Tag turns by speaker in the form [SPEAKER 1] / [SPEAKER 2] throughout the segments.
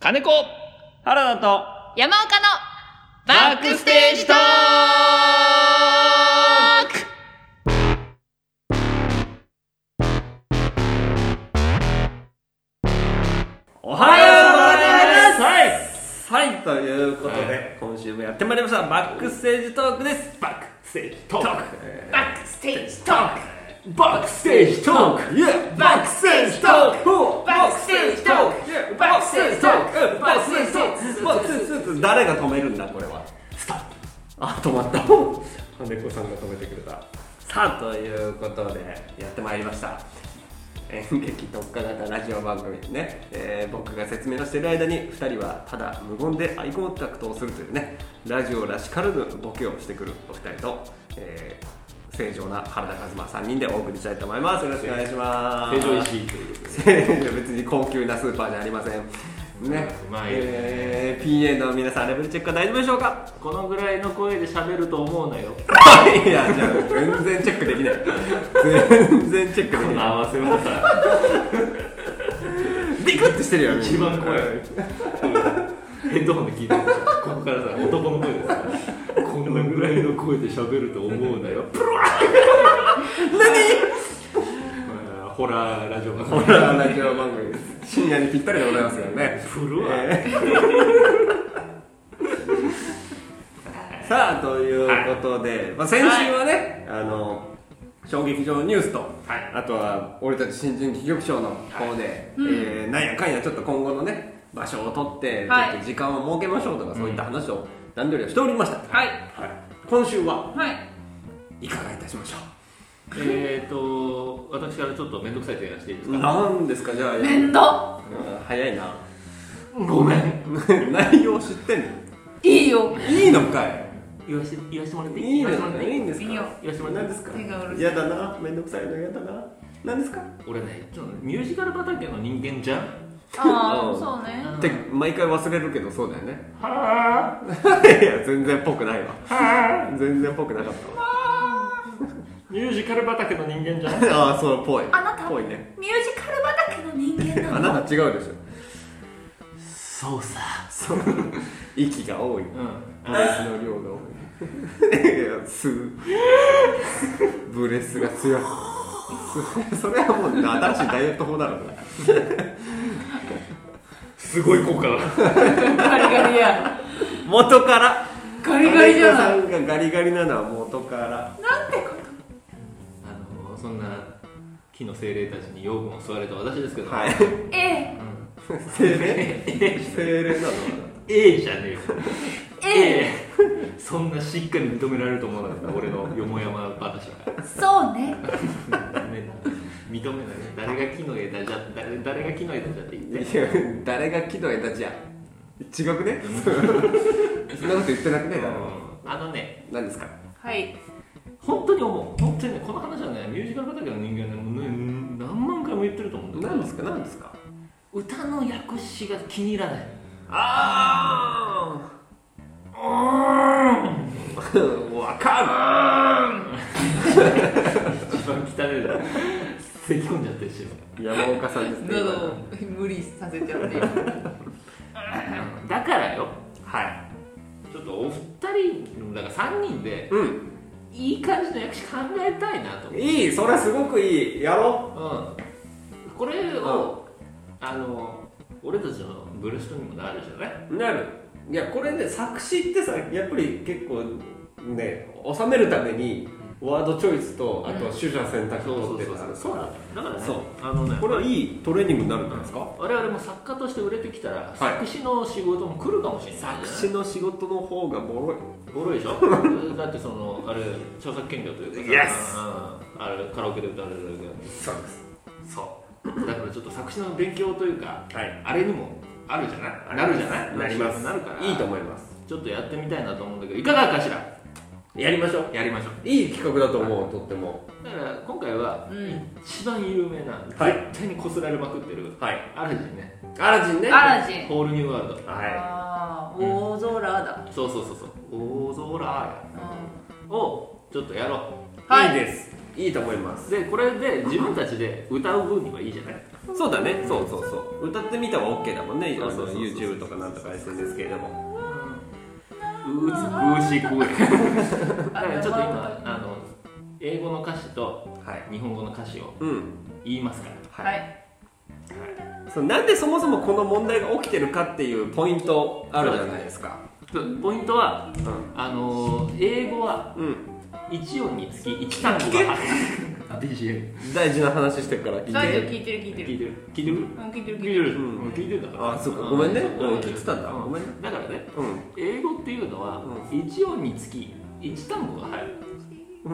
[SPEAKER 1] 金子
[SPEAKER 2] 原田と
[SPEAKER 3] 山岡の
[SPEAKER 1] バックステージトーク
[SPEAKER 2] おはようございますはい、はい、ということで、今週もやってまいりましたバックステージトークですバックステージトークバックステージトークバックステージトークバックステージトークバックステージトークバックステージトークバックステージトークバックステージトーク誰が止めるんだこれはスタッフあ止 まった金子さんが止めてくれたさあということでやってまいりました演劇特化型ラジオ番組ね、えー僕が説明をしている間に2人はただ無言でアイコンタクトをするというねラジオらしからぬボケをしてくるお二人と、えー正常な原田和真3人でお送りしたいと思いますよろしくお願いし ます
[SPEAKER 1] 石井
[SPEAKER 2] 正常別に高級なスーパーじゃありませんね
[SPEAKER 1] うまい
[SPEAKER 2] えー PA の皆さんレベルチェックは大丈夫でしょうか
[SPEAKER 1] このぐらいの声で喋ると思うな よ
[SPEAKER 2] いやじゃあ全然チェックできない全然チェックできない
[SPEAKER 1] 合わせ技
[SPEAKER 2] ビクッてしてるよね
[SPEAKER 1] 一番怖いヘッドホンで聞いてるここからさ男の声ですからこのぐらいの声で喋ると思うなよプロワー何ホラーラジオ
[SPEAKER 2] ホラーラジオ番組です深夜にぴったりでございますよね
[SPEAKER 1] 古わ
[SPEAKER 2] えーさあということで、まあ、先週はね、あの衝撃場ニュースと、
[SPEAKER 1] い
[SPEAKER 2] あとは俺たち新人企業賞の方で、えーなんやかんやちょっと今後のね場所を取って、
[SPEAKER 3] はい
[SPEAKER 2] ちょっと時間を設けましょうとかそういった話を段取りをしておりました、
[SPEAKER 3] はい
[SPEAKER 2] 今週は
[SPEAKER 3] はい
[SPEAKER 2] いかがいたしましょ
[SPEAKER 1] えーと私からちょっと面倒くさい提案していいです
[SPEAKER 2] う
[SPEAKER 1] か
[SPEAKER 2] なんですかじゃあ
[SPEAKER 3] 面倒
[SPEAKER 2] うん早いな
[SPEAKER 1] ごめん
[SPEAKER 2] 内容知ってんの
[SPEAKER 3] いいよ
[SPEAKER 2] いいのかい
[SPEAKER 1] 言わして言わしてもらっていい
[SPEAKER 2] いいの
[SPEAKER 1] 言わしてもらって
[SPEAKER 2] いいんですか
[SPEAKER 3] いいよ
[SPEAKER 1] 言わしてもらっ
[SPEAKER 2] 何
[SPEAKER 1] て
[SPEAKER 2] で
[SPEAKER 1] い
[SPEAKER 2] す
[SPEAKER 1] い
[SPEAKER 2] か
[SPEAKER 3] 手が下ろせ
[SPEAKER 2] 嫌だなめんどくさいの嫌だな何ですか
[SPEAKER 1] 俺ねちょっとミュージカル畑の人間じゃん
[SPEAKER 2] う
[SPEAKER 3] あ
[SPEAKER 2] ん
[SPEAKER 3] あそうね
[SPEAKER 2] って毎回忘れるけどそうだよね
[SPEAKER 1] はい
[SPEAKER 2] や全然ぽくないわ
[SPEAKER 1] あはあ
[SPEAKER 2] 全然ぽくなかったわ
[SPEAKER 1] ミュージカル畑の人間じゃん
[SPEAKER 2] ああそうぽい
[SPEAKER 3] あなた
[SPEAKER 2] ぽいね
[SPEAKER 3] ミュージカル畑の人間
[SPEAKER 2] あ
[SPEAKER 3] なの
[SPEAKER 2] なた違うでしょ
[SPEAKER 1] そうさ
[SPEAKER 2] そう息が多い
[SPEAKER 1] うん
[SPEAKER 2] ブレスの量が多いいやすブレスが強いそそれはもう新しいダイエット法だろそれ
[SPEAKER 1] すごい効果だ
[SPEAKER 3] ガリガリや
[SPEAKER 2] 元から
[SPEAKER 3] ガリガリじゃない
[SPEAKER 2] 金子さんがガリガリなのは元から
[SPEAKER 3] なんてこと
[SPEAKER 1] あのそんな木の精霊たちに養分を吸われた私ですけど、
[SPEAKER 2] はい
[SPEAKER 3] え
[SPEAKER 2] 精霊精霊なのかな
[SPEAKER 1] A じゃねえよ
[SPEAKER 3] えええ
[SPEAKER 1] そんなしっかり認められると思わなかった俺のよもやま話は
[SPEAKER 3] そうね
[SPEAKER 1] ね認めない誰が木の枝じゃ誰誰が木の枝じゃって言って
[SPEAKER 2] いや誰が木の枝じゃ違くねそんなこと言ってなくねえだろ
[SPEAKER 1] あのね
[SPEAKER 2] 何ですか
[SPEAKER 3] はい
[SPEAKER 1] 本当に思う本当にねこの話はねミュージカル畑の人間ねもうね何万回も言ってると思うんだけ
[SPEAKER 2] 何
[SPEAKER 1] ど
[SPEAKER 2] ですか何ですか
[SPEAKER 1] 歌の訳詞が気に入らない
[SPEAKER 2] ああわか
[SPEAKER 1] 一番汚いだろ咳込んじゃってるし
[SPEAKER 2] る山岡さんですね今
[SPEAKER 3] 喉を無理させちゃって
[SPEAKER 1] だからよ
[SPEAKER 2] はい
[SPEAKER 1] ちょっとお二人だから3人で
[SPEAKER 2] うん
[SPEAKER 1] いい感じの役者考えたいなと思う
[SPEAKER 2] いいそれすごくいいやろ
[SPEAKER 1] うんこれをあの俺たちのブルーストにもなるじゃないう
[SPEAKER 2] なるいやこれね作詞ってさやっぱり結構ね収めるためにワードチョイスとあと取捨選択と
[SPEAKER 1] そう
[SPEAKER 2] って
[SPEAKER 1] そうそう
[SPEAKER 2] さ
[SPEAKER 1] そうだだからね
[SPEAKER 2] そう
[SPEAKER 1] あのね
[SPEAKER 2] これはいいトレーニングになるんじゃないですか
[SPEAKER 1] 我々も作家として売れてきたら、
[SPEAKER 2] い
[SPEAKER 1] 作詞の仕事も来るかもしれないじゃない
[SPEAKER 2] 作詞の仕事の方がボロい
[SPEAKER 1] ボロいでしょ だってそのあれ著作権料というか
[SPEAKER 2] Yes
[SPEAKER 1] うんあれカラオケで歌われるだけだ
[SPEAKER 2] そうです
[SPEAKER 1] そうだからちょっと作詞の勉強というか
[SPEAKER 2] はい
[SPEAKER 1] あれにもあるじゃないなるじゃない
[SPEAKER 2] なります
[SPEAKER 1] なるから
[SPEAKER 2] いいと思います
[SPEAKER 1] ちょっとやってみたいなと思うんだけどいかがかしら
[SPEAKER 2] やりましょう
[SPEAKER 1] やりましょう
[SPEAKER 2] いい企画だと思うとっても
[SPEAKER 1] だから今回は
[SPEAKER 3] うん
[SPEAKER 1] 一番有名な、
[SPEAKER 2] はい
[SPEAKER 1] 絶対にこすられまくってる
[SPEAKER 2] はい
[SPEAKER 1] アラジンね
[SPEAKER 2] アラジンね
[SPEAKER 3] アラジン
[SPEAKER 1] ホールニューワール
[SPEAKER 2] は
[SPEAKER 1] ド
[SPEAKER 3] ああ大空だ
[SPEAKER 1] そうそうそうそう大空やをちょっとやろ
[SPEAKER 2] い、
[SPEAKER 3] は
[SPEAKER 2] い
[SPEAKER 3] い
[SPEAKER 2] ですいいと思います
[SPEAKER 1] うでこれで自分たちで歌う分にはいいじゃない
[SPEAKER 2] そうだねそうそうそう歌ってみたは OK だもんねあ
[SPEAKER 1] そうそ
[SPEAKER 2] の
[SPEAKER 1] うそうそう
[SPEAKER 2] YouTube とかなんとか SNS 系でも
[SPEAKER 1] 美しい声ちょ
[SPEAKER 3] あ
[SPEAKER 1] っと今あの英語の歌詞と
[SPEAKER 2] はい
[SPEAKER 1] 日本語の歌詞を
[SPEAKER 2] うん
[SPEAKER 1] 言いますか
[SPEAKER 2] は
[SPEAKER 1] ら
[SPEAKER 3] はい
[SPEAKER 2] そうなんでそもそもこの問題が起きてるかっていうポイントあるじゃないですか
[SPEAKER 1] そうポイントはあの英語は
[SPEAKER 2] うん、
[SPEAKER 1] 1音につき1単語があ BGM
[SPEAKER 2] 大事な話してるから聞
[SPEAKER 3] ラジオ
[SPEAKER 2] いて
[SPEAKER 3] 聞いてる聞いて
[SPEAKER 1] 聞
[SPEAKER 3] る
[SPEAKER 1] いてる聞いてる
[SPEAKER 3] うん聞いてる聞い
[SPEAKER 1] 聞いて
[SPEAKER 3] てる
[SPEAKER 1] る
[SPEAKER 2] うん
[SPEAKER 1] 聞いてるんだから
[SPEAKER 2] あそうかごめんねうん聞いてたんだ
[SPEAKER 1] う
[SPEAKER 2] ごめんね
[SPEAKER 1] だからね
[SPEAKER 2] う
[SPEAKER 1] 英語っていうのは
[SPEAKER 2] う
[SPEAKER 1] 1音につき1単語が入る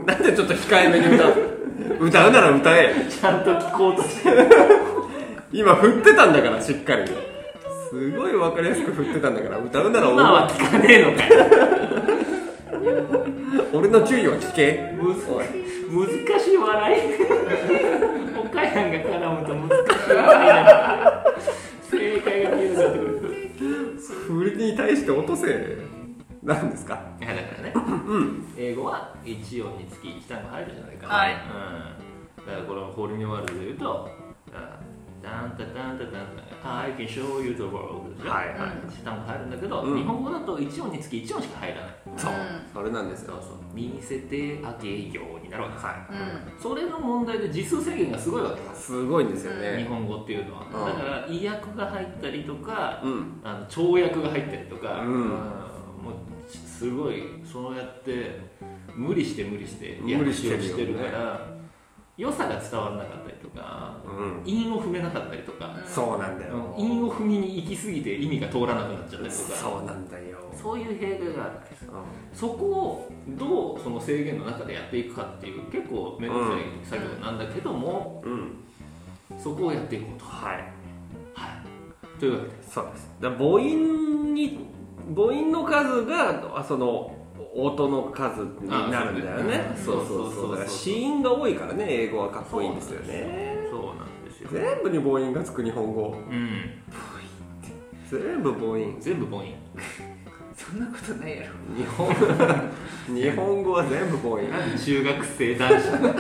[SPEAKER 2] んなんでちょっと控えめに歌う歌うなら歌え
[SPEAKER 1] ちゃんと聞こうとして
[SPEAKER 2] 今振ってたんだからしっかりすごい分かりやすく振ってたんだから歌うなら
[SPEAKER 1] 今は
[SPEAKER 2] 俺
[SPEAKER 1] 聞かねえのかよ
[SPEAKER 2] 俺の注意は聞け
[SPEAKER 1] むず難しい笑い 岡山が絡むと難しい笑いになる正解が見えなくなってくる
[SPEAKER 2] 振りに対して落とせなんですか
[SPEAKER 1] いやだからね、英語は1音につき1単語入るじゃないかな、
[SPEAKER 3] はい
[SPEAKER 1] うん、だからこのホールニューワールドで言うとあダンタダンタダンタ I can show you the world でしょ
[SPEAKER 2] はいはい
[SPEAKER 1] 1単語入るんだけど、
[SPEAKER 2] うん
[SPEAKER 1] 日本語だと1音につき1音しか入らない
[SPEAKER 2] そう、
[SPEAKER 3] うん
[SPEAKER 2] それなんですよ
[SPEAKER 1] 見せてあげようになるわけです、
[SPEAKER 2] は
[SPEAKER 1] それの問題で字数制限がすごいわけで
[SPEAKER 2] い
[SPEAKER 1] す
[SPEAKER 2] すごいんですよ
[SPEAKER 1] 日
[SPEAKER 2] ね
[SPEAKER 1] 本語っていうのは、
[SPEAKER 2] うん
[SPEAKER 1] だから意訳が入ったりとか
[SPEAKER 2] うん
[SPEAKER 1] あの跳躍が入ったりとか、
[SPEAKER 2] うん
[SPEAKER 1] んもうすごいそうやって無理して無理して
[SPEAKER 2] 無理してるよね
[SPEAKER 1] 訳をしてるから、良さが伝わらなかったりとか
[SPEAKER 2] うん
[SPEAKER 1] 韻を踏めなかったりとか、
[SPEAKER 2] そうなんだよ
[SPEAKER 1] うん韻を踏みに行き過ぎて意味が通らなくなっちゃったりとか
[SPEAKER 2] そうなんだよ
[SPEAKER 1] そういう弊害がある
[SPEAKER 2] う
[SPEAKER 1] そこをどうその制限の中でやっていくかっていう結構面倒くさい作業なんだけども、
[SPEAKER 2] んうん
[SPEAKER 1] そこをやっていこうと。
[SPEAKER 2] はい
[SPEAKER 1] はい、というわけで
[SPEAKER 2] そうですだから母音に母音の数があその音の数になるんだよね
[SPEAKER 1] あ
[SPEAKER 2] そ
[SPEAKER 1] そう
[SPEAKER 2] そ
[SPEAKER 1] う
[SPEAKER 2] うそう
[SPEAKER 1] そうそうそう
[SPEAKER 2] だから子音が多いからね英語はかっこいいんですよね
[SPEAKER 1] そうなんですよ、
[SPEAKER 2] 全部に母音がつく日本語
[SPEAKER 1] うん
[SPEAKER 2] 全部母音
[SPEAKER 1] 全部母音
[SPEAKER 3] そんなことないやろ
[SPEAKER 2] 日 本日本語は全部母音
[SPEAKER 1] 中学生男子の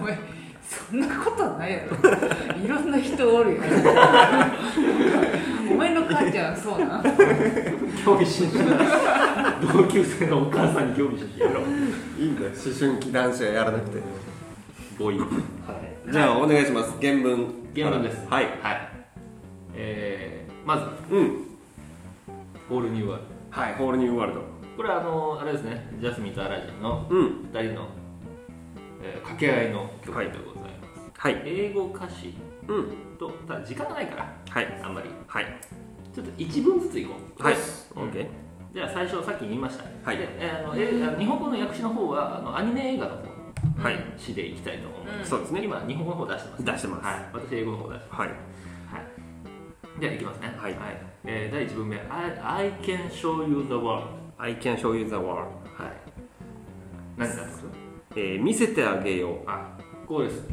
[SPEAKER 3] お前そんなことないやろいろんな人おるよお前の母ちゃんそうなん
[SPEAKER 1] 興味津々同級生のお母さんに興味津々やろ
[SPEAKER 2] いいんだよ思春期男子はやらなくて
[SPEAKER 1] 母音
[SPEAKER 2] じゃあお願いします原文
[SPEAKER 1] 原文です
[SPEAKER 2] はい
[SPEAKER 1] はいえー、まず
[SPEAKER 2] うん
[SPEAKER 1] ホールニューワール
[SPEAKER 2] はいホールニューワールド
[SPEAKER 1] ドこれはあのあれですねジャスミンとアラジンの
[SPEAKER 2] うん
[SPEAKER 1] 2人の、えー、掛け合いの曲
[SPEAKER 2] は
[SPEAKER 1] で
[SPEAKER 2] い
[SPEAKER 1] ございます、
[SPEAKER 2] はい
[SPEAKER 1] 英語歌詞
[SPEAKER 2] うん
[SPEAKER 1] とただ時間がないから
[SPEAKER 2] はい
[SPEAKER 1] あんまり
[SPEAKER 2] はい
[SPEAKER 1] ちょっと一文ずついこう
[SPEAKER 2] はい
[SPEAKER 1] うん
[SPEAKER 2] OK
[SPEAKER 1] じゃあ最初さっき言いました、
[SPEAKER 2] はい
[SPEAKER 1] でえーあのえーあの日本語の訳詞の方はあのアニメ映画の方
[SPEAKER 2] はい
[SPEAKER 1] 詩でいきたいと思います、
[SPEAKER 3] うん
[SPEAKER 2] そうですね
[SPEAKER 1] 今日本語の方出してます
[SPEAKER 2] 出してます
[SPEAKER 1] はい私英語の方出して
[SPEAKER 2] はい
[SPEAKER 1] ますはいじゃあいきますね
[SPEAKER 2] はい
[SPEAKER 1] えー第1文目 I, I can show you the world
[SPEAKER 2] I can show you the world
[SPEAKER 1] はい何だったんですか
[SPEAKER 2] えー見せてあげよう
[SPEAKER 1] あこうです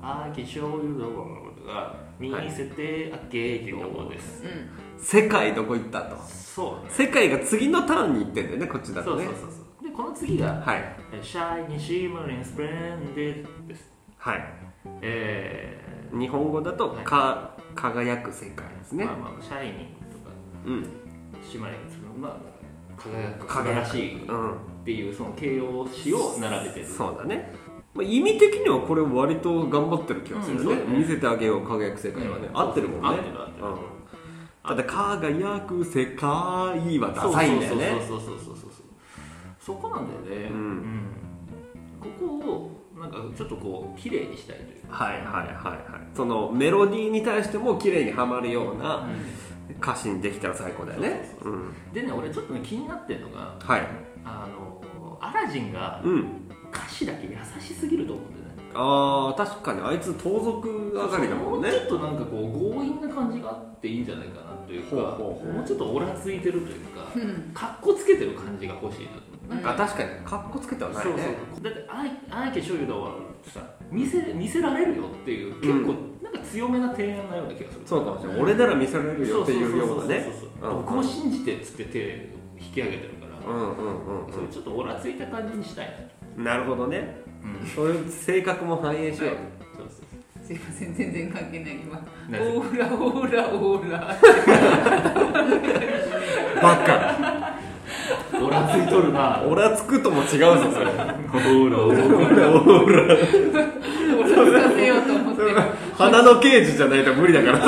[SPEAKER 1] I can show you the world が見せてあげようです、
[SPEAKER 3] う
[SPEAKER 2] 世界どこ行ったと
[SPEAKER 1] そうね
[SPEAKER 2] 世界が次のターンに行ってんだよねこっちだ
[SPEAKER 1] そ
[SPEAKER 2] と
[SPEAKER 1] う
[SPEAKER 2] ね
[SPEAKER 1] そうそうそうでこの次が
[SPEAKER 2] はい
[SPEAKER 1] 「Shiny Shimmering Splendid」です、
[SPEAKER 2] はい
[SPEAKER 1] え
[SPEAKER 2] 日本語だと
[SPEAKER 1] はい
[SPEAKER 2] か輝く世界です
[SPEAKER 1] ー
[SPEAKER 2] ね
[SPEAKER 1] まあまあ「シャイニング」とか
[SPEAKER 2] うん
[SPEAKER 1] シマリングまあ輝く素晴
[SPEAKER 2] 輝
[SPEAKER 1] ら
[SPEAKER 2] く
[SPEAKER 1] しいっ
[SPEAKER 2] うん
[SPEAKER 1] ていうその形容詞を並べてる
[SPEAKER 2] そうだね、まあ、意味的にはこれ割と頑張ってる気がするね,、
[SPEAKER 1] うんそうだね
[SPEAKER 2] 見せてあげよう輝く世界はね、
[SPEAKER 1] うん
[SPEAKER 2] 合ってるもんね
[SPEAKER 1] 合ってる合ってる
[SPEAKER 2] うん、ただ輝く世界はダサいんだよね
[SPEAKER 1] そうそうそうそうそうそうそこなんだよね
[SPEAKER 2] うん
[SPEAKER 1] うんここをなんかちょっとこう綺麗にしたいというか
[SPEAKER 2] はいはいはいはいそのメロディーに対しても綺麗にはまるような歌詞にできたら最高だよね
[SPEAKER 1] そう
[SPEAKER 2] うん
[SPEAKER 1] でね俺ちょっとね気になってるのが
[SPEAKER 2] はい
[SPEAKER 1] あのアラジンが
[SPEAKER 2] うん
[SPEAKER 1] 歌詞だけ優しすぎると思うんだよね
[SPEAKER 2] あー確かにあいつ盗賊上がりだもんね
[SPEAKER 1] うちょっとなんかこう強引な感じがあっていいんじゃないかなというか
[SPEAKER 2] ほうほ
[SPEAKER 3] うほう
[SPEAKER 1] もうちょっとオラついてるというか
[SPEAKER 3] んうん
[SPEAKER 1] かっこつけてる感じが欲しいなと思う
[SPEAKER 2] なんか確かにかっこつけてはない
[SPEAKER 1] そ
[SPEAKER 2] ね
[SPEAKER 1] うそうだって「あえて醤油だわ」ってさ見せ見せられるよっていう結構、なんか強めな提案なような気がする
[SPEAKER 2] そうかもしれない俺なら見せられるよっていうようなね
[SPEAKER 1] そうそうそう
[SPEAKER 2] うん
[SPEAKER 1] 僕を信じてっつって手引き上げてるから、
[SPEAKER 2] うんうんうん
[SPEAKER 1] そういうちょっとオラついた感じにしたいなと、
[SPEAKER 2] うんなるほどね
[SPEAKER 1] うん、
[SPEAKER 2] そういう性格も反映しよう、
[SPEAKER 1] そうそう
[SPEAKER 3] すいません全然関係ない今
[SPEAKER 1] 大丈
[SPEAKER 3] オーラオーラオーラ
[SPEAKER 2] バカ
[SPEAKER 1] おらついとるな
[SPEAKER 2] オラつくとも違うぞそれ
[SPEAKER 1] ほらほら
[SPEAKER 3] オーラさせようと思ってオーラ
[SPEAKER 2] 花の刑事じゃないと無理だから
[SPEAKER 3] オー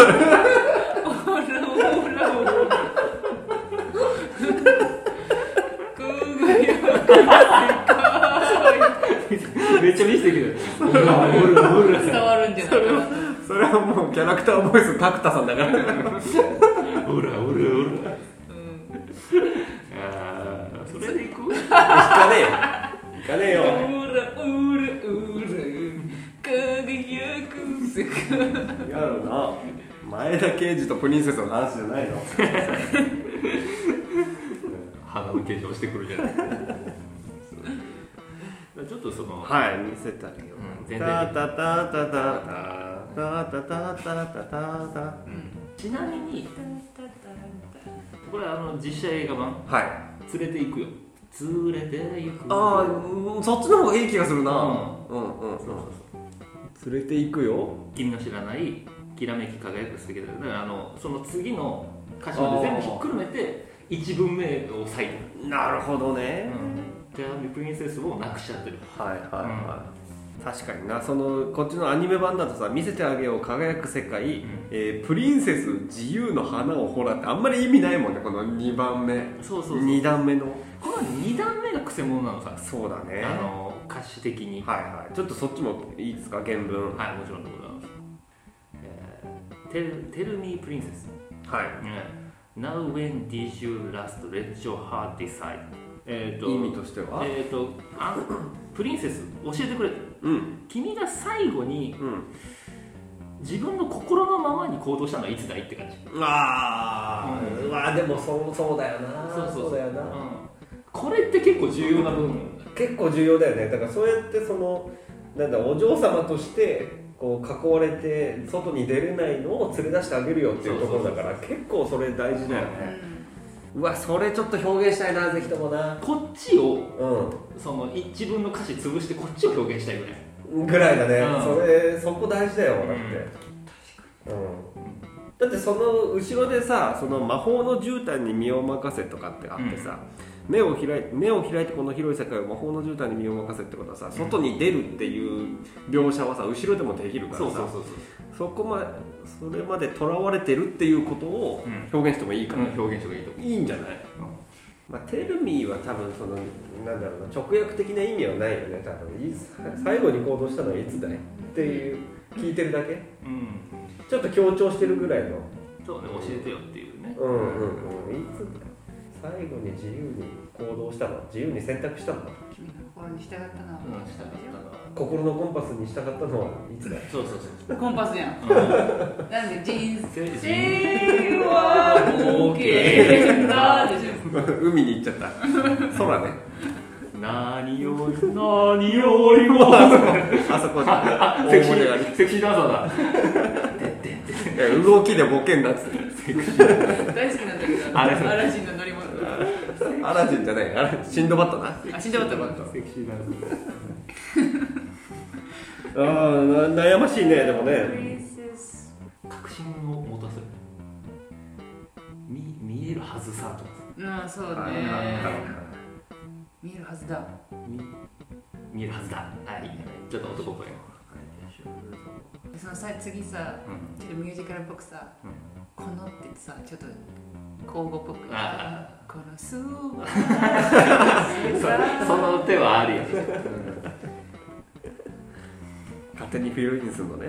[SPEAKER 3] ラオーラくーぐよ
[SPEAKER 1] めっちゃ見せてくるほらほらほら
[SPEAKER 3] 伝わるんじゃないかな
[SPEAKER 2] それはもうキャラクターボイスタクタさんだから
[SPEAKER 1] ほらほらほらあーそれでいこう
[SPEAKER 2] 行かねえよ行かねえ
[SPEAKER 3] オーラオーラオーラ輝く世界
[SPEAKER 2] やろな前田刑事とプリンセスの話じゃないの
[SPEAKER 1] 鼻の検証してくるじゃ ないそうちょっとその、
[SPEAKER 2] はい見せたけど
[SPEAKER 1] うん全然
[SPEAKER 2] タタタタタタタタタタタタ
[SPEAKER 1] ちなみにこれあの実写映画版
[SPEAKER 2] はい
[SPEAKER 1] 「連れて行くよ」「連れて行くよ」
[SPEAKER 2] ああそっちの方がいい気がするな
[SPEAKER 1] うん
[SPEAKER 2] うんうん
[SPEAKER 1] そうそうそう
[SPEAKER 2] 連れて行くよ
[SPEAKER 1] 君の知らないきらめき輝く素敵だよだからあのその次の歌詞まで全部ひっくるめて一文目を最後
[SPEAKER 2] なるほど
[SPEAKER 1] 「う
[SPEAKER 2] ね
[SPEAKER 1] ん、ジャーミプリンセス」をなくしちゃってる
[SPEAKER 2] はいはいはい確かになそのこっちのアニメ版だとさ「見せてあげよう輝く世界」
[SPEAKER 1] ん
[SPEAKER 2] えープリンセス自由の花をほら」ってあんまり意味ないもんねこの2番目
[SPEAKER 1] そうそうそう
[SPEAKER 2] 2段目の
[SPEAKER 1] この2段目がくせ者なのさ、
[SPEAKER 2] そうだね
[SPEAKER 1] あの歌詞的に
[SPEAKER 2] はいはいちょっとそっちもいいですか原文
[SPEAKER 1] はい、もちろんでございます。えー、tell, tell me, princess.、
[SPEAKER 2] はい
[SPEAKER 1] Now when did you last let your heart decide? えっ、ー、と、
[SPEAKER 2] 意味としては
[SPEAKER 1] えっ、ー、と、あプリンセス、教えてくれ。
[SPEAKER 2] うん
[SPEAKER 1] 君が最後に
[SPEAKER 2] うん
[SPEAKER 1] 自分の心のままに行動したのはいつだいって感じ。
[SPEAKER 2] あーうわーでもそうそうだよな
[SPEAKER 1] うんこれって結構重要な部分。
[SPEAKER 2] 結構重要だよねだからそうやってそのなんだお嬢様としてこう囲われて外に出れないのを連れ出してあげるよっていうところだから結構それ大事だよねうわそれちょっと表現したいなぜひともな
[SPEAKER 1] こっちを、
[SPEAKER 2] う
[SPEAKER 1] そのい自分の歌詞潰してこっちを表現したいぐらい。
[SPEAKER 2] んぐらいだね、
[SPEAKER 1] うん
[SPEAKER 2] それそこ大事だよだってうん、だってその後ろでさその魔法の絨毯に身を任せとかってあってさ、目を開い目を開いてこの広い世界を魔法の絨毯に身を任せってことはさ外に出るっていう描写はさ後ろでもできるからさ
[SPEAKER 1] そうそうそうそう。
[SPEAKER 2] そこまそれまでとらわれてるっていうことを
[SPEAKER 1] うん
[SPEAKER 2] 表現してもいいから、
[SPEAKER 1] うん表現書がいいと思う。
[SPEAKER 2] いいんじゃない、まあ、テルミーは多分そのなんだろうな直訳的な意味はないよね多分いさ最後に行動したのはいつだいっていう聞いてるだけ
[SPEAKER 1] うん
[SPEAKER 2] ちょっと強調してるぐらいの
[SPEAKER 1] そうね、教えてよっていうね。
[SPEAKER 2] うんうんうんいつだい最後に自由に行動したの自由に選択したの
[SPEAKER 3] 君の心に従ったな
[SPEAKER 1] うん、したかった
[SPEAKER 2] 心のコンパスに従ったのはいつだい
[SPEAKER 1] な。そうそう
[SPEAKER 3] コンパスじゃん
[SPEAKER 1] そう。うん
[SPEAKER 3] なんで人
[SPEAKER 1] 生
[SPEAKER 3] 生は冒険だでしょ
[SPEAKER 2] 海に行っちゃった 空 ね
[SPEAKER 1] 何より何よりも。
[SPEAKER 2] あそこだ
[SPEAKER 1] セクシ
[SPEAKER 2] 大盛り上がり
[SPEAKER 1] ー、セクシーダンサー
[SPEAKER 2] いや動きでボケんなっつって
[SPEAKER 3] 大好きなんだけど
[SPEAKER 1] あれ
[SPEAKER 3] 嵐の乗り物
[SPEAKER 2] アラジンじゃないアラシンドバッドな
[SPEAKER 3] あ死んじゃった
[SPEAKER 1] だ。セクシーダンサー。
[SPEAKER 2] あーな悩ましいねでもね
[SPEAKER 1] 確信を持たせる。見、見えるはずさとか
[SPEAKER 3] うんそう
[SPEAKER 2] あ
[SPEAKER 3] ね見えるはずだ
[SPEAKER 1] さ。見、見えるはずだ。はい。ちょっと男っぽいの。
[SPEAKER 3] でそのさ次さ
[SPEAKER 1] うん
[SPEAKER 3] ちょっとミュージカルっぽくさ
[SPEAKER 1] うん
[SPEAKER 3] 「この」ってさちょっと口語っぽく
[SPEAKER 1] あ
[SPEAKER 3] 「このすば
[SPEAKER 1] そその手はあるよ。
[SPEAKER 2] 勝手にフィルインするのね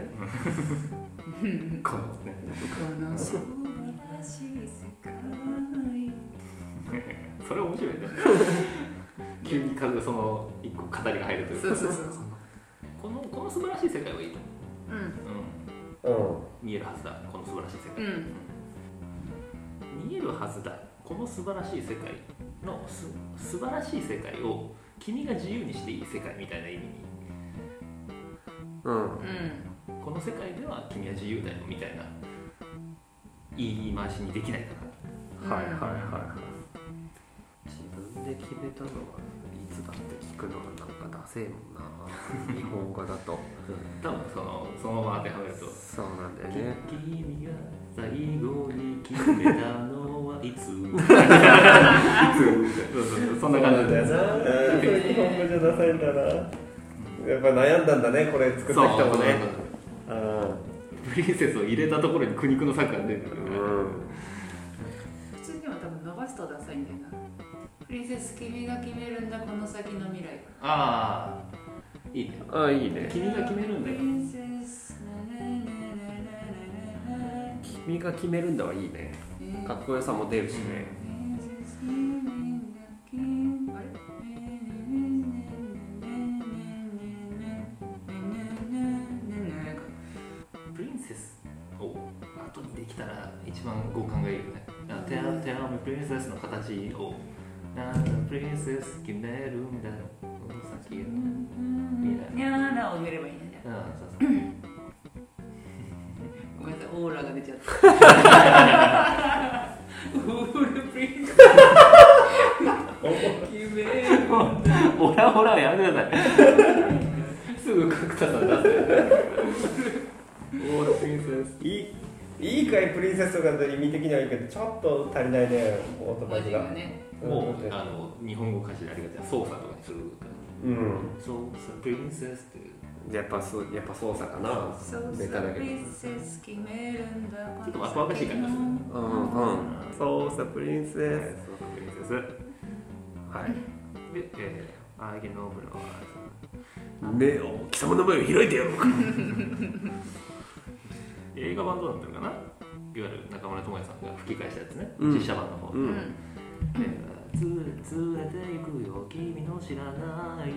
[SPEAKER 1] こうね。
[SPEAKER 3] このすばらしい世界」
[SPEAKER 1] それ面 白いね急に数がその一個語りが入るというか
[SPEAKER 3] そうそうそうそう
[SPEAKER 1] このこの素晴らしい世界はいいと思
[SPEAKER 3] うん
[SPEAKER 1] う、
[SPEAKER 2] う
[SPEAKER 1] うん、見えるはずだこの素晴らしい世
[SPEAKER 3] う
[SPEAKER 1] 界、
[SPEAKER 3] ん
[SPEAKER 1] 見えるはずだこの素晴らしい世界のす素晴らしい世界を君が自由にしていい世界みたいな意味に
[SPEAKER 2] んうん
[SPEAKER 3] うん
[SPEAKER 1] この世界では君は自由だよみたいな言い回しにできないかな
[SPEAKER 2] はいはいはいはい自分で決めたのはいつだって聞くのなんかダセえもん な日本語だと
[SPEAKER 1] 多分そのそのまま当てはめると
[SPEAKER 2] そうなんだよね
[SPEAKER 1] 君が最後に決めたのはいつそうそうそうそんな感じで
[SPEAKER 4] うんそういう日本語じゃダサいんだなやっぱ悩んだんだねこれ作った
[SPEAKER 1] そう
[SPEAKER 4] 人もねう
[SPEAKER 1] プリンセスを入れたところに苦肉の策が出てくるから
[SPEAKER 4] ん
[SPEAKER 3] 普通には多分伸ばすとダサいんだよなプリンセス君が決めるんだこの先の未来
[SPEAKER 1] ああいいね
[SPEAKER 2] ああいいね
[SPEAKER 1] 君が決めるん
[SPEAKER 3] プ
[SPEAKER 1] だよ
[SPEAKER 3] リンセスななななななな
[SPEAKER 2] 君が決めるんだはいいね
[SPEAKER 3] な
[SPEAKER 2] かっこよさも出るしね
[SPEAKER 3] プリンセス君が決めあれ
[SPEAKER 1] プリンセスを後にできたら一番合感がいいよね「テアテアプリンセス」の形を「なんだプリンセス決めるんだこの先へ」
[SPEAKER 3] にゃーなを見ればいいんだよ
[SPEAKER 1] うんそうそう
[SPEAKER 3] ごめんなさいオーラが出ちゃったオーラプリンセス決める
[SPEAKER 1] オラオラはやめてくださいすぐ角 田さん出せオールプリンセス
[SPEAKER 4] いいいいかいプリンセスとかの意味的にはいいけどちょっと足りないねオートバ
[SPEAKER 3] 文
[SPEAKER 4] イ
[SPEAKER 3] 字
[SPEAKER 4] ク
[SPEAKER 3] が
[SPEAKER 4] が
[SPEAKER 3] ね
[SPEAKER 1] もうあの日本語歌詞でありがたい操作とかにするから
[SPEAKER 4] うん
[SPEAKER 1] 操作プリンセスっていう
[SPEAKER 2] やっぱそうやっぱ操作かな
[SPEAKER 3] そう
[SPEAKER 2] ベタだけど
[SPEAKER 3] 決めるんだ
[SPEAKER 1] ちょっとワクワクしい感じがする
[SPEAKER 2] うんうん操作プリンセ
[SPEAKER 1] え
[SPEAKER 2] ス
[SPEAKER 1] ー操作プリンセス
[SPEAKER 2] はい
[SPEAKER 1] で、えー、アーゲノブロは
[SPEAKER 2] 目を貴様の目を開いてやろうか
[SPEAKER 1] 映画版どうなってるかないわゆる中村智也さんが吹き替えしたやつね、
[SPEAKER 2] うん
[SPEAKER 1] 実写版の方、
[SPEAKER 2] う
[SPEAKER 1] え
[SPEAKER 2] ん
[SPEAKER 1] ーつ連れて行くよ君の知らない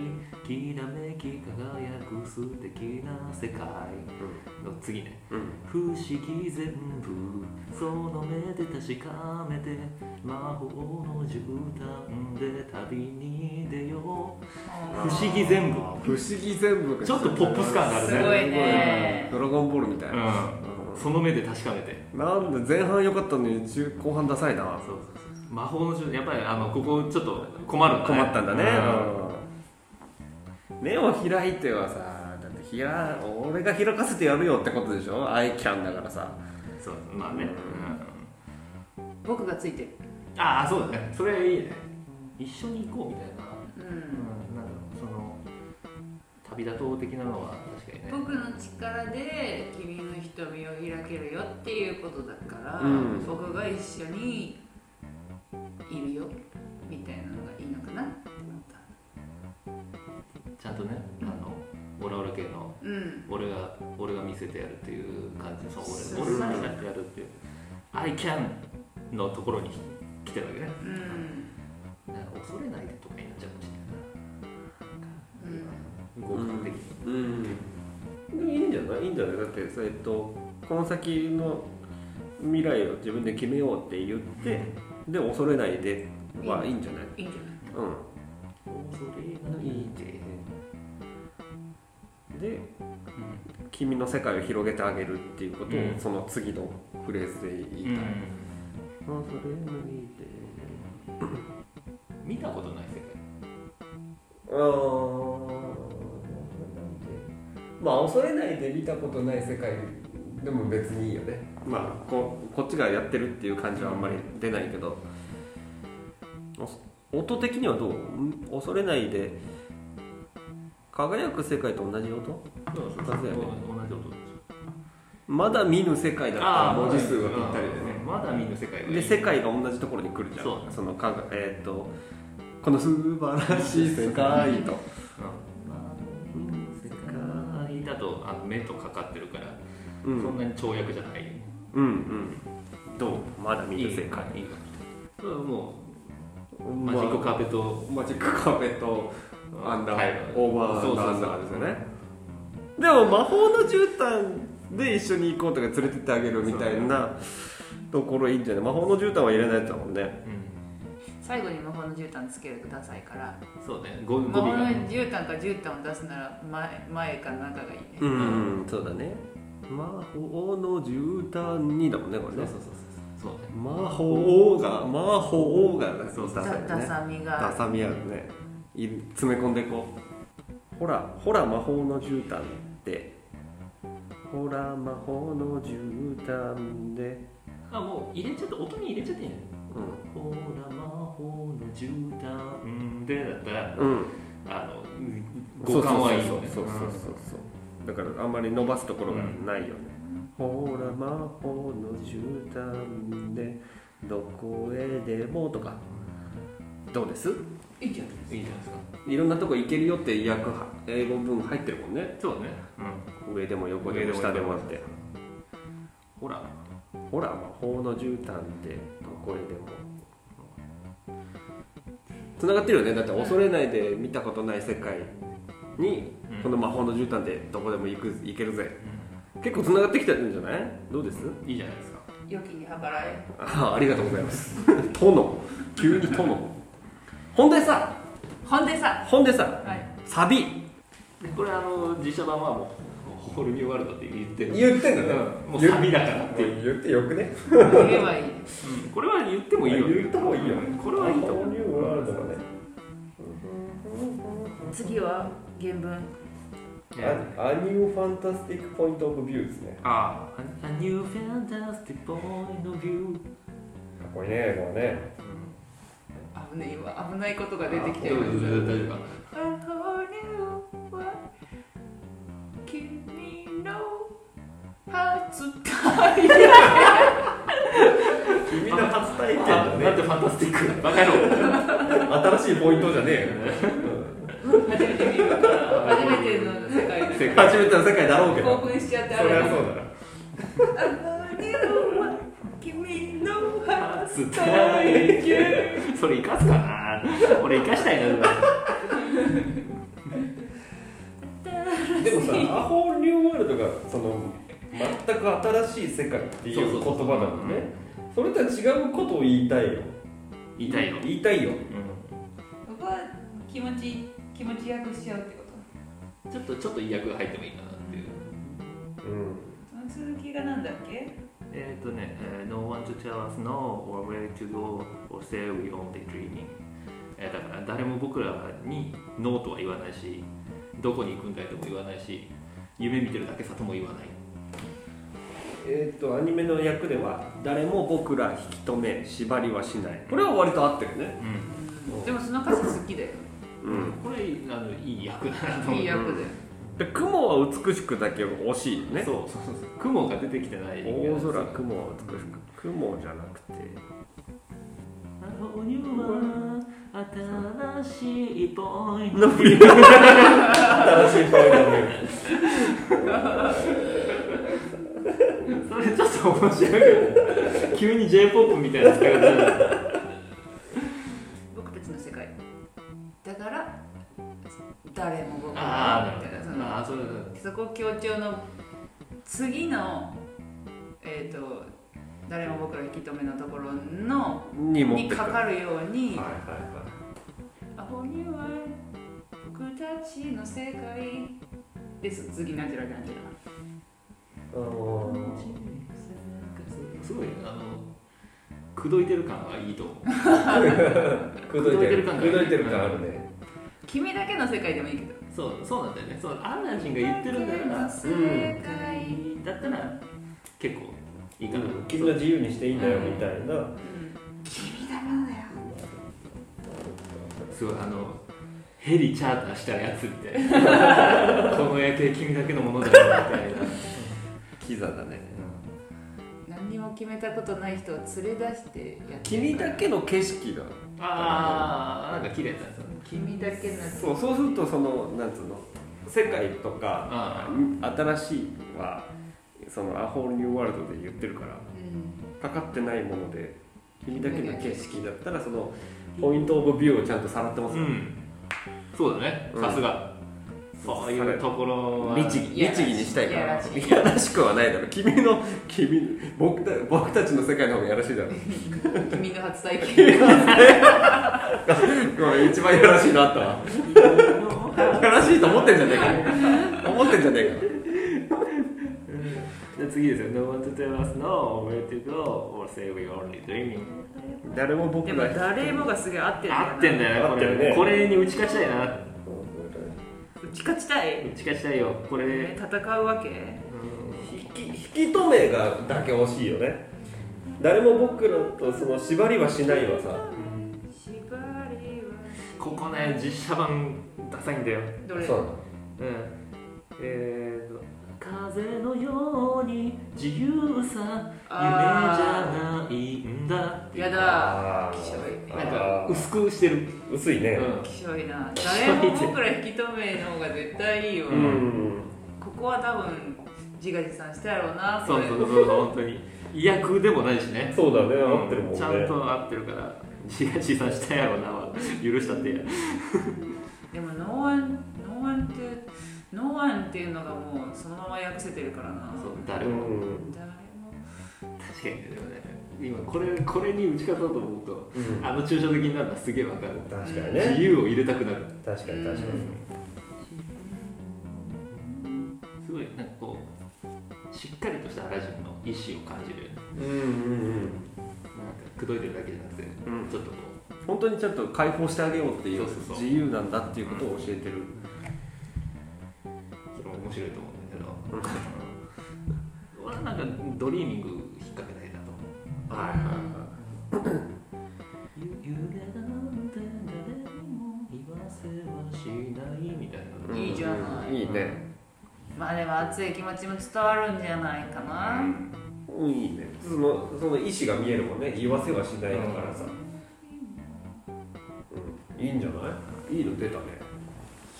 [SPEAKER 1] きらめき輝く素敵な世界の次ね
[SPEAKER 2] うん
[SPEAKER 1] 不思議全部その目で確かめて魔法の絨毯で旅に出よう不思議全部
[SPEAKER 2] 不思議全部が
[SPEAKER 1] ちょっとポップス感があるね
[SPEAKER 3] すごいね
[SPEAKER 2] ドラゴンボールみたいな、
[SPEAKER 1] うん、その目で確かめて
[SPEAKER 2] なんで前半良かったのに中後半ダサいな
[SPEAKER 1] そうそうそう魔法の術やっぱりあのここちょっと困るんだね
[SPEAKER 2] 困ったんだね、
[SPEAKER 1] うん
[SPEAKER 2] うん目を開いてはさだってひら俺が開かせてやるよってことでしょアイキャンだからさ
[SPEAKER 1] そうまあね、
[SPEAKER 3] 僕がついてる
[SPEAKER 1] うんああそうだねそれいいね一緒に行こうみたいな、
[SPEAKER 3] うん
[SPEAKER 1] うん、なんだろうその旅立とう的なのは確かにね
[SPEAKER 3] 僕の力で君の瞳を開けるよっていうことだから、
[SPEAKER 2] うん
[SPEAKER 3] 僕が一緒にいるよみたいなのがいいのかなって思った
[SPEAKER 1] ちゃんとねあのオラオラ系の
[SPEAKER 3] うん
[SPEAKER 1] 俺が俺が見せてやるっていう感じでそう
[SPEAKER 3] そう
[SPEAKER 1] 俺俺がやるっていう「I can」のところに来てるわけね
[SPEAKER 3] うん
[SPEAKER 1] なんか恐れないでとかになっちゃうかもしれないな
[SPEAKER 2] う
[SPEAKER 1] 合
[SPEAKER 2] ん
[SPEAKER 1] 格的に、
[SPEAKER 2] うんでもいいんじゃないいいんじゃないだってさえっとこの先の未来を自分で決めようって言ってで恐れないではいいんじゃない
[SPEAKER 3] いいんじ
[SPEAKER 2] う
[SPEAKER 1] 恐れないで、
[SPEAKER 2] んで君の世界を広げてあげるっていうことを、
[SPEAKER 1] うん
[SPEAKER 2] その次のフレーズで言いたい、
[SPEAKER 1] うん
[SPEAKER 2] あそれもいいで
[SPEAKER 1] 見たことない世界
[SPEAKER 4] あーまあ恐れないで見たことない世界でも別にいいよね
[SPEAKER 2] まあここっちがやってるっていう感じはあんまり出ないけど、お音的にはどうん恐れないで輝く世界と同じ音
[SPEAKER 1] そう
[SPEAKER 2] そうそう
[SPEAKER 1] 同じ音で
[SPEAKER 2] まだ見ぬ世界だったら文字数がぴったり
[SPEAKER 1] だよねまだ見ぬ世界がいい
[SPEAKER 2] でで世界が同じところに来るじゃん
[SPEAKER 1] そう
[SPEAKER 2] のかがえーっとこの素晴らしい世界と
[SPEAKER 1] うんまだ見ぬ世界だとあの目とかかってるから、
[SPEAKER 2] うん
[SPEAKER 1] そんなに跳躍じゃない
[SPEAKER 2] うんうんどうまだ見ぬ世界
[SPEAKER 1] いいよそれはも
[SPEAKER 2] う
[SPEAKER 1] うんマジックカーペット
[SPEAKER 2] マジックカーペットアンダー、
[SPEAKER 1] はい
[SPEAKER 2] オーバー
[SPEAKER 1] そうそうそう
[SPEAKER 2] アンダーですよねでも魔法の絨毯で一緒に行こうとか連れてってあげるみたいなところいいんじゃない魔法の絨毯はいらないやつだもんね
[SPEAKER 1] うん
[SPEAKER 3] 最後に魔法の絨毯つけるとダサいから
[SPEAKER 1] そうね語語
[SPEAKER 3] 魔法
[SPEAKER 1] 尾
[SPEAKER 3] の
[SPEAKER 1] が
[SPEAKER 3] 絨毯か絨毯を出すなら前前か中がいいね、
[SPEAKER 2] うん、そうだね魔法の絨毯にだもんねこれ
[SPEAKER 1] そう
[SPEAKER 2] ね
[SPEAKER 1] そうそうそうそうね
[SPEAKER 2] 魔法が魔法が
[SPEAKER 1] そう
[SPEAKER 2] ダ
[SPEAKER 3] ダ
[SPEAKER 2] サいよ
[SPEAKER 3] ダ
[SPEAKER 2] ね
[SPEAKER 3] サみが
[SPEAKER 2] ダサみあるねい詰め込んでいこうほらほら魔法の絨毯でほら魔法の絨毯で
[SPEAKER 1] あもう入れちゃって音に入れちゃっていいのほら魔法の絨毯でだったら
[SPEAKER 2] うんうん
[SPEAKER 1] あの五感はいいよね
[SPEAKER 2] そうそうそうそうそうだからあんまり伸ばすところがないよね、ほら魔法の絨毯でどこへでもとかどうです
[SPEAKER 3] いいじゃん
[SPEAKER 1] いいじゃないですか
[SPEAKER 2] いろんなとこ行けるよって訳は英語文入ってるもんね
[SPEAKER 1] そうね
[SPEAKER 2] 上でも横でも下でもあって
[SPEAKER 1] ほら
[SPEAKER 2] ほら魔法の絨毯ってどこへでもつながってるよねだって恐れないで見たことない世界に
[SPEAKER 1] うん
[SPEAKER 2] この魔法の絨毯でどこでも行く行けるぜ結構つながってきてるんじゃないどうです
[SPEAKER 1] いいじゃないですか
[SPEAKER 3] 良きに計らえ
[SPEAKER 2] ああありがとうございます殿急に殿ほんでさ
[SPEAKER 3] ほんでさ
[SPEAKER 2] ほんでさ
[SPEAKER 3] はい
[SPEAKER 2] サビ
[SPEAKER 1] でこれあの実写版はもうホルミオワルドって言ってる
[SPEAKER 4] 言ってんのね
[SPEAKER 1] うんもうサビだからっていう、
[SPEAKER 4] 言ってよくね
[SPEAKER 3] 言えばいい
[SPEAKER 1] うんこれは言ってもいいよ
[SPEAKER 4] 言った方がいいよ
[SPEAKER 1] これはいいと思う
[SPEAKER 4] ニューワールドがね
[SPEAKER 3] 次は原文
[SPEAKER 1] ね
[SPEAKER 4] アニューファンタスティックポイントオブビューですね
[SPEAKER 1] ああ A new fantastic point of view
[SPEAKER 4] かっこいいねこれね
[SPEAKER 3] 危ない今危ないことが出てきて
[SPEAKER 1] 大
[SPEAKER 3] る
[SPEAKER 1] 丈夫大丈夫か
[SPEAKER 3] あほには君の初体
[SPEAKER 4] 君の初体験
[SPEAKER 1] あ
[SPEAKER 4] だ
[SPEAKER 1] なん
[SPEAKER 4] ね
[SPEAKER 1] てファンタスティックバカ野郎
[SPEAKER 4] 新しいポイントじゃねえよ
[SPEAKER 3] 初めて見る初めての世界で
[SPEAKER 2] 初めての世界だろうけ
[SPEAKER 3] 興
[SPEAKER 2] ど
[SPEAKER 3] 奮しちゃってあ
[SPEAKER 4] そ
[SPEAKER 3] れ
[SPEAKER 4] りゃ
[SPEAKER 3] だけ
[SPEAKER 4] そ
[SPEAKER 3] ど
[SPEAKER 4] うだな
[SPEAKER 3] あほには君の初体
[SPEAKER 1] 伝
[SPEAKER 3] 験
[SPEAKER 1] えるそれ生かすかな俺生かしたいな
[SPEAKER 4] でもさ、アホーニューワールドがその全く新しい世界っていう言葉なのね。それとは違うことを言いたいよ。
[SPEAKER 1] 言いたいよ
[SPEAKER 4] 言いたいよ。
[SPEAKER 3] 僕は気持ち気持ちよくしちゃうってこと
[SPEAKER 1] ちょっとちょっと意訳が入ってもいいかなっていう
[SPEAKER 4] うん。
[SPEAKER 3] その続きがなんだっけ
[SPEAKER 1] えっ、とね、えー No one to tell us no or where to go or say we only dreaming、えーだから誰も僕らにノーとは言わないしどこに行くんだいとも言わないし夢見てるだけさとも言わない
[SPEAKER 2] えっ、とアニメの役では誰も僕ら引き止め縛りはしないこれは割と合ってるね
[SPEAKER 1] うん
[SPEAKER 3] でもその歌詞好きだよ
[SPEAKER 2] うん
[SPEAKER 1] これあのいい役だなと思う
[SPEAKER 3] いい役で
[SPEAKER 2] で雲は美しくだけ惜しいよね
[SPEAKER 1] そうそうそう雲が出てきてない
[SPEAKER 2] 大空雲は美しく雲じゃなくて
[SPEAKER 1] おには新しいポイン
[SPEAKER 2] 伸
[SPEAKER 1] ト
[SPEAKER 2] び
[SPEAKER 4] 新しいポイントね。
[SPEAKER 1] それちょっと面白いけど急に J−POP みたいな使い方
[SPEAKER 3] 僕たちの世界だから誰も僕
[SPEAKER 1] あ
[SPEAKER 3] ら
[SPEAKER 1] ー
[SPEAKER 3] み
[SPEAKER 1] な
[SPEAKER 3] たい
[SPEAKER 1] る
[SPEAKER 3] な
[SPEAKER 1] ほ
[SPEAKER 3] そ
[SPEAKER 1] どあ
[SPEAKER 3] の
[SPEAKER 1] ーそうそう
[SPEAKER 3] そこ強調の次のえっ、と誰も僕ら引き止めのところの
[SPEAKER 2] に持って
[SPEAKER 3] に
[SPEAKER 2] く
[SPEAKER 3] か
[SPEAKER 2] る
[SPEAKER 3] かるよう
[SPEAKER 4] は
[SPEAKER 3] に
[SPEAKER 4] いは
[SPEAKER 3] 「アホには僕たちの世界」です次なんちゃらなんちゃら
[SPEAKER 4] いはい。
[SPEAKER 1] すごいあの口説いてる感はいいと思う
[SPEAKER 4] くどいてる。く
[SPEAKER 1] 口説いてる感が
[SPEAKER 4] どいてる感あるね。
[SPEAKER 3] 君だけの世界でもいいけど
[SPEAKER 1] そうそうなんだよねそうアンナンシンが言ってるんだよな
[SPEAKER 3] 君だけの世界、うん
[SPEAKER 1] だったら結構いいかな、
[SPEAKER 4] 君は自由にしていいんだよみたいな。
[SPEAKER 3] 君だからだよ
[SPEAKER 1] すごいあのヘリチャーターしたやつみたいなこの夜景君だけのものだよみたいな、
[SPEAKER 2] キザだね
[SPEAKER 3] 何にも決めたことない人を連れ出してやって
[SPEAKER 2] 君だけの景色が
[SPEAKER 1] ああなんか綺麗だったね
[SPEAKER 3] 君だけの
[SPEAKER 2] そうそうするとそのなんつうの世界とか
[SPEAKER 1] あ
[SPEAKER 2] 新しいはそのアホールニューワールドで言ってるから
[SPEAKER 3] う
[SPEAKER 2] か
[SPEAKER 3] ん
[SPEAKER 2] かってないもので君だけの景色だったらそのポイント・オブ・ビューをちゃんとさらってます
[SPEAKER 1] う
[SPEAKER 2] よ、
[SPEAKER 1] んそうだね
[SPEAKER 2] うん
[SPEAKER 1] さすがそういうところは
[SPEAKER 2] 律儀律儀にしたいか
[SPEAKER 3] いや
[SPEAKER 2] ら
[SPEAKER 3] らしい
[SPEAKER 2] いやらしくはないだろ君の君僕た僕たちの世界の方がやらしいだろ
[SPEAKER 3] 君の初体験
[SPEAKER 2] ごめん一番やらしいのあったわやらしいと思ってんじゃねえか思ってんじゃねえか
[SPEAKER 1] で次ですよ。No one to tell us no, where to go, or say we only dreaming.
[SPEAKER 2] 誰も僕
[SPEAKER 3] で
[SPEAKER 2] が
[SPEAKER 3] も誰もがすごい合ってるよな
[SPEAKER 1] 合ってんだよねこ
[SPEAKER 4] 合ってる
[SPEAKER 1] れ
[SPEAKER 4] ね
[SPEAKER 1] これに打ち勝ちたいな
[SPEAKER 3] 打ち勝ちたい
[SPEAKER 1] 打ち勝ちたいよこれ
[SPEAKER 3] え戦うわけ
[SPEAKER 4] 引き引き止めがだけ惜しいよね誰も僕のとその縛りはしないわさ
[SPEAKER 3] 縛りは
[SPEAKER 1] ここね実写版ダサいんだよ
[SPEAKER 3] どれ
[SPEAKER 4] そうなの
[SPEAKER 1] うんえーと風のように自由さ夢じゃ
[SPEAKER 3] あ
[SPEAKER 1] ないんだ
[SPEAKER 3] やだ
[SPEAKER 4] あ
[SPEAKER 3] きしょい
[SPEAKER 4] ー
[SPEAKER 1] なんか薄くしてる
[SPEAKER 4] 薄いね
[SPEAKER 1] うん
[SPEAKER 3] きしょいな誰も僕ら引き止めの方が絶対いいよ、
[SPEAKER 4] うん、
[SPEAKER 3] ここは多分自画自賛したやろうな
[SPEAKER 1] そう
[SPEAKER 3] れ
[SPEAKER 1] そうそうそう本当に威訳でもないしね
[SPEAKER 4] そうだね合ってるもんね
[SPEAKER 1] ちゃんと合ってるから自画自賛したやろなは許したってや
[SPEAKER 3] でもノーアンノーアンってノーアンっていうのがもうそのまま訳せてるからな
[SPEAKER 1] そう
[SPEAKER 4] う
[SPEAKER 1] 誰も
[SPEAKER 4] ん、
[SPEAKER 3] 誰も
[SPEAKER 1] 確かにねでもね今これこれに打ち勝とうと思うと
[SPEAKER 4] うん、
[SPEAKER 1] あの抽象的になるのはすげえわかる
[SPEAKER 4] 確かに
[SPEAKER 1] 自
[SPEAKER 4] ね
[SPEAKER 1] 由を入れたくなる
[SPEAKER 4] 確かに確かに
[SPEAKER 1] すごいなんかこうしっかりとしたアラジンの意志を感じるよね
[SPEAKER 4] うんうんうん
[SPEAKER 1] なんか口説いてるだけじゃなくて
[SPEAKER 2] うん
[SPEAKER 1] ちょっとこ
[SPEAKER 2] 本当にちゃんと解放してあげようっていう
[SPEAKER 1] そうそうそう
[SPEAKER 2] 自由なんだっていうことを教えてる
[SPEAKER 1] うそれも面白いと思うんだけどうん俺はなんかドリーミング引っ掛けたいなと思う
[SPEAKER 2] はいはいは
[SPEAKER 1] 湯気なんて誰も言わせはしないみたいな、
[SPEAKER 2] い
[SPEAKER 3] いいじゃない
[SPEAKER 2] いいね
[SPEAKER 3] まあでも熱い気持ちも伝わるんじゃないかな、
[SPEAKER 2] うんいいね
[SPEAKER 4] そのその意思が見えるもんね言わせはしないだからさ、うんいいんじゃない
[SPEAKER 2] いいの出たね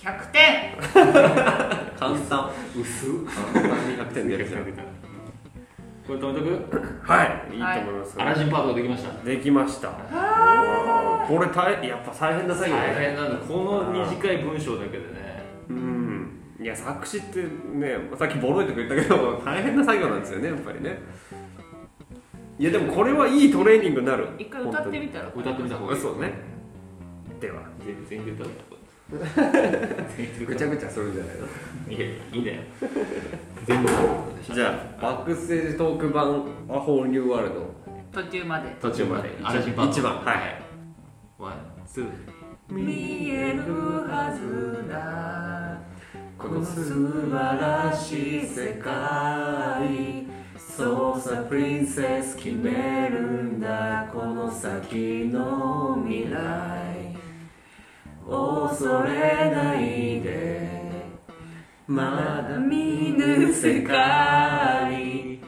[SPEAKER 3] 100点
[SPEAKER 2] 簡単
[SPEAKER 1] 薄っ
[SPEAKER 2] 簡単に100点出るじゃん
[SPEAKER 1] これ止めとく
[SPEAKER 2] はいいいと思います
[SPEAKER 1] アラジンパートができました
[SPEAKER 2] できましたこれ大変やっぱ大変だ作業
[SPEAKER 1] 大変
[SPEAKER 2] ね
[SPEAKER 1] なんだこの短い文章だけでね
[SPEAKER 2] うんいや作詞ってねさっきボロいとか言ったけど大変な作業なんですよねやっぱりねいやでもこれはいいトレーニングになる
[SPEAKER 3] 一回歌ってみたら
[SPEAKER 1] 歌ってみた方がいい
[SPEAKER 2] そうねでは
[SPEAKER 1] 全全然歌う全然歌う
[SPEAKER 2] ぐちゃぐちゃするんじゃないの
[SPEAKER 1] いやいいんだよ全部
[SPEAKER 2] じゃあバックステージトーク版「アホーニューワールド
[SPEAKER 3] 途中まで」
[SPEAKER 1] 途中までアラジンパート
[SPEAKER 2] 一番はい
[SPEAKER 1] ワンツー
[SPEAKER 3] 見えるはずだ
[SPEAKER 2] この素晴らしい世界そうさプリンセス決めるんだこの先の未来恐れないでまだ見ぬ世界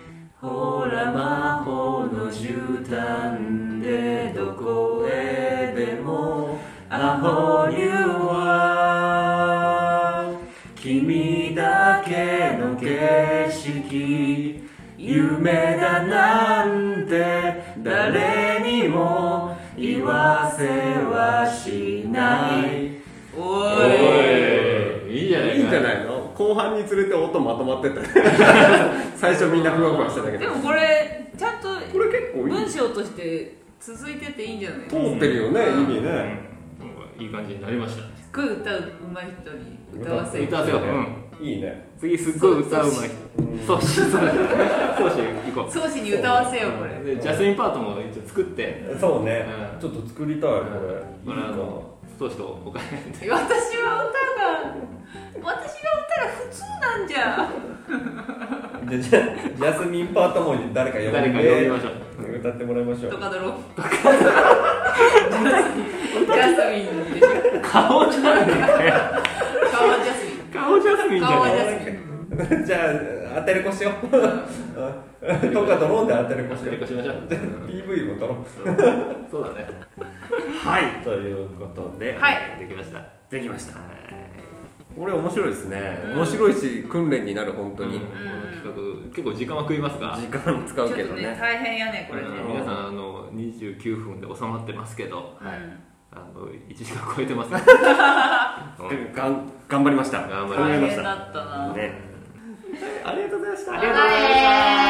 [SPEAKER 2] ほら魔法の絨毯でどこへでもアホニューは君だけの景色夢だなんて誰にも言わせはしない
[SPEAKER 3] お
[SPEAKER 1] お
[SPEAKER 3] ーい
[SPEAKER 1] いいいじゃない
[SPEAKER 2] いいんじゃ
[SPEAKER 1] い
[SPEAKER 2] ないの後半につれて音まとまってた 最初みんなふわふわしてたけ
[SPEAKER 3] で
[SPEAKER 2] ど
[SPEAKER 3] もこれちゃんと
[SPEAKER 2] これ結構いい
[SPEAKER 3] 文章として続いてていいんじゃないす
[SPEAKER 2] 通ってるよね
[SPEAKER 3] うん
[SPEAKER 2] 意味
[SPEAKER 1] うん
[SPEAKER 2] ね
[SPEAKER 1] なんかいい感じになりました
[SPEAKER 3] っごい歌うまい人に歌わせる
[SPEAKER 1] 歌わせよう、うん、
[SPEAKER 4] いいね
[SPEAKER 1] 次すっごい歌うまい人そうしそうしそうし行こう
[SPEAKER 3] 宗師に歌わせようこれ
[SPEAKER 1] でジャスミンパートも一応作って
[SPEAKER 4] そうね、
[SPEAKER 1] うん
[SPEAKER 4] ちょっと作りたいこ
[SPEAKER 1] こ
[SPEAKER 4] れ、
[SPEAKER 1] れ
[SPEAKER 4] いい
[SPEAKER 1] あ
[SPEAKER 4] か
[SPEAKER 1] のそうしとお金
[SPEAKER 3] 私は歌が私は歌が普通なんじゃ
[SPEAKER 4] じゃじゃジャスミンパートも誰か呼んで
[SPEAKER 1] 誰か呼びましょう
[SPEAKER 4] 歌ってもらいましょ
[SPEAKER 3] と
[SPEAKER 4] う
[SPEAKER 3] かだろとかジャスミンでしょ
[SPEAKER 1] 顔じゃない
[SPEAKER 3] 顔はジャスミ
[SPEAKER 1] 顔ジャスミン
[SPEAKER 3] ン
[SPEAKER 1] じゃ
[SPEAKER 3] 顔は
[SPEAKER 1] な
[SPEAKER 3] ジ
[SPEAKER 1] い
[SPEAKER 3] ャスミン
[SPEAKER 4] じゃあ当てれこしよううんとかドローンで当てれこしよ
[SPEAKER 1] しましょう
[SPEAKER 4] PV もドローン
[SPEAKER 1] そうだね
[SPEAKER 2] はい
[SPEAKER 4] ということで
[SPEAKER 2] で、
[SPEAKER 3] はい
[SPEAKER 1] できました
[SPEAKER 2] できましたこれ面白いですね面白いし訓練になる本当に
[SPEAKER 1] うんこの企画結構時間は食いますが
[SPEAKER 2] 時間も使
[SPEAKER 3] ちょ
[SPEAKER 2] う
[SPEAKER 3] っ
[SPEAKER 2] け
[SPEAKER 3] と
[SPEAKER 2] ど
[SPEAKER 3] ね
[SPEAKER 2] ね
[SPEAKER 3] 大変やねこれね
[SPEAKER 1] うん皆さんあの29分で収まってますけど、
[SPEAKER 3] うん
[SPEAKER 1] あの1時間超えてます、ね、うん
[SPEAKER 2] がん頑張りました
[SPEAKER 1] 頑張り
[SPEAKER 3] 大
[SPEAKER 1] ま
[SPEAKER 3] 変だったな
[SPEAKER 2] ねありがとうございました
[SPEAKER 3] ありがとうございました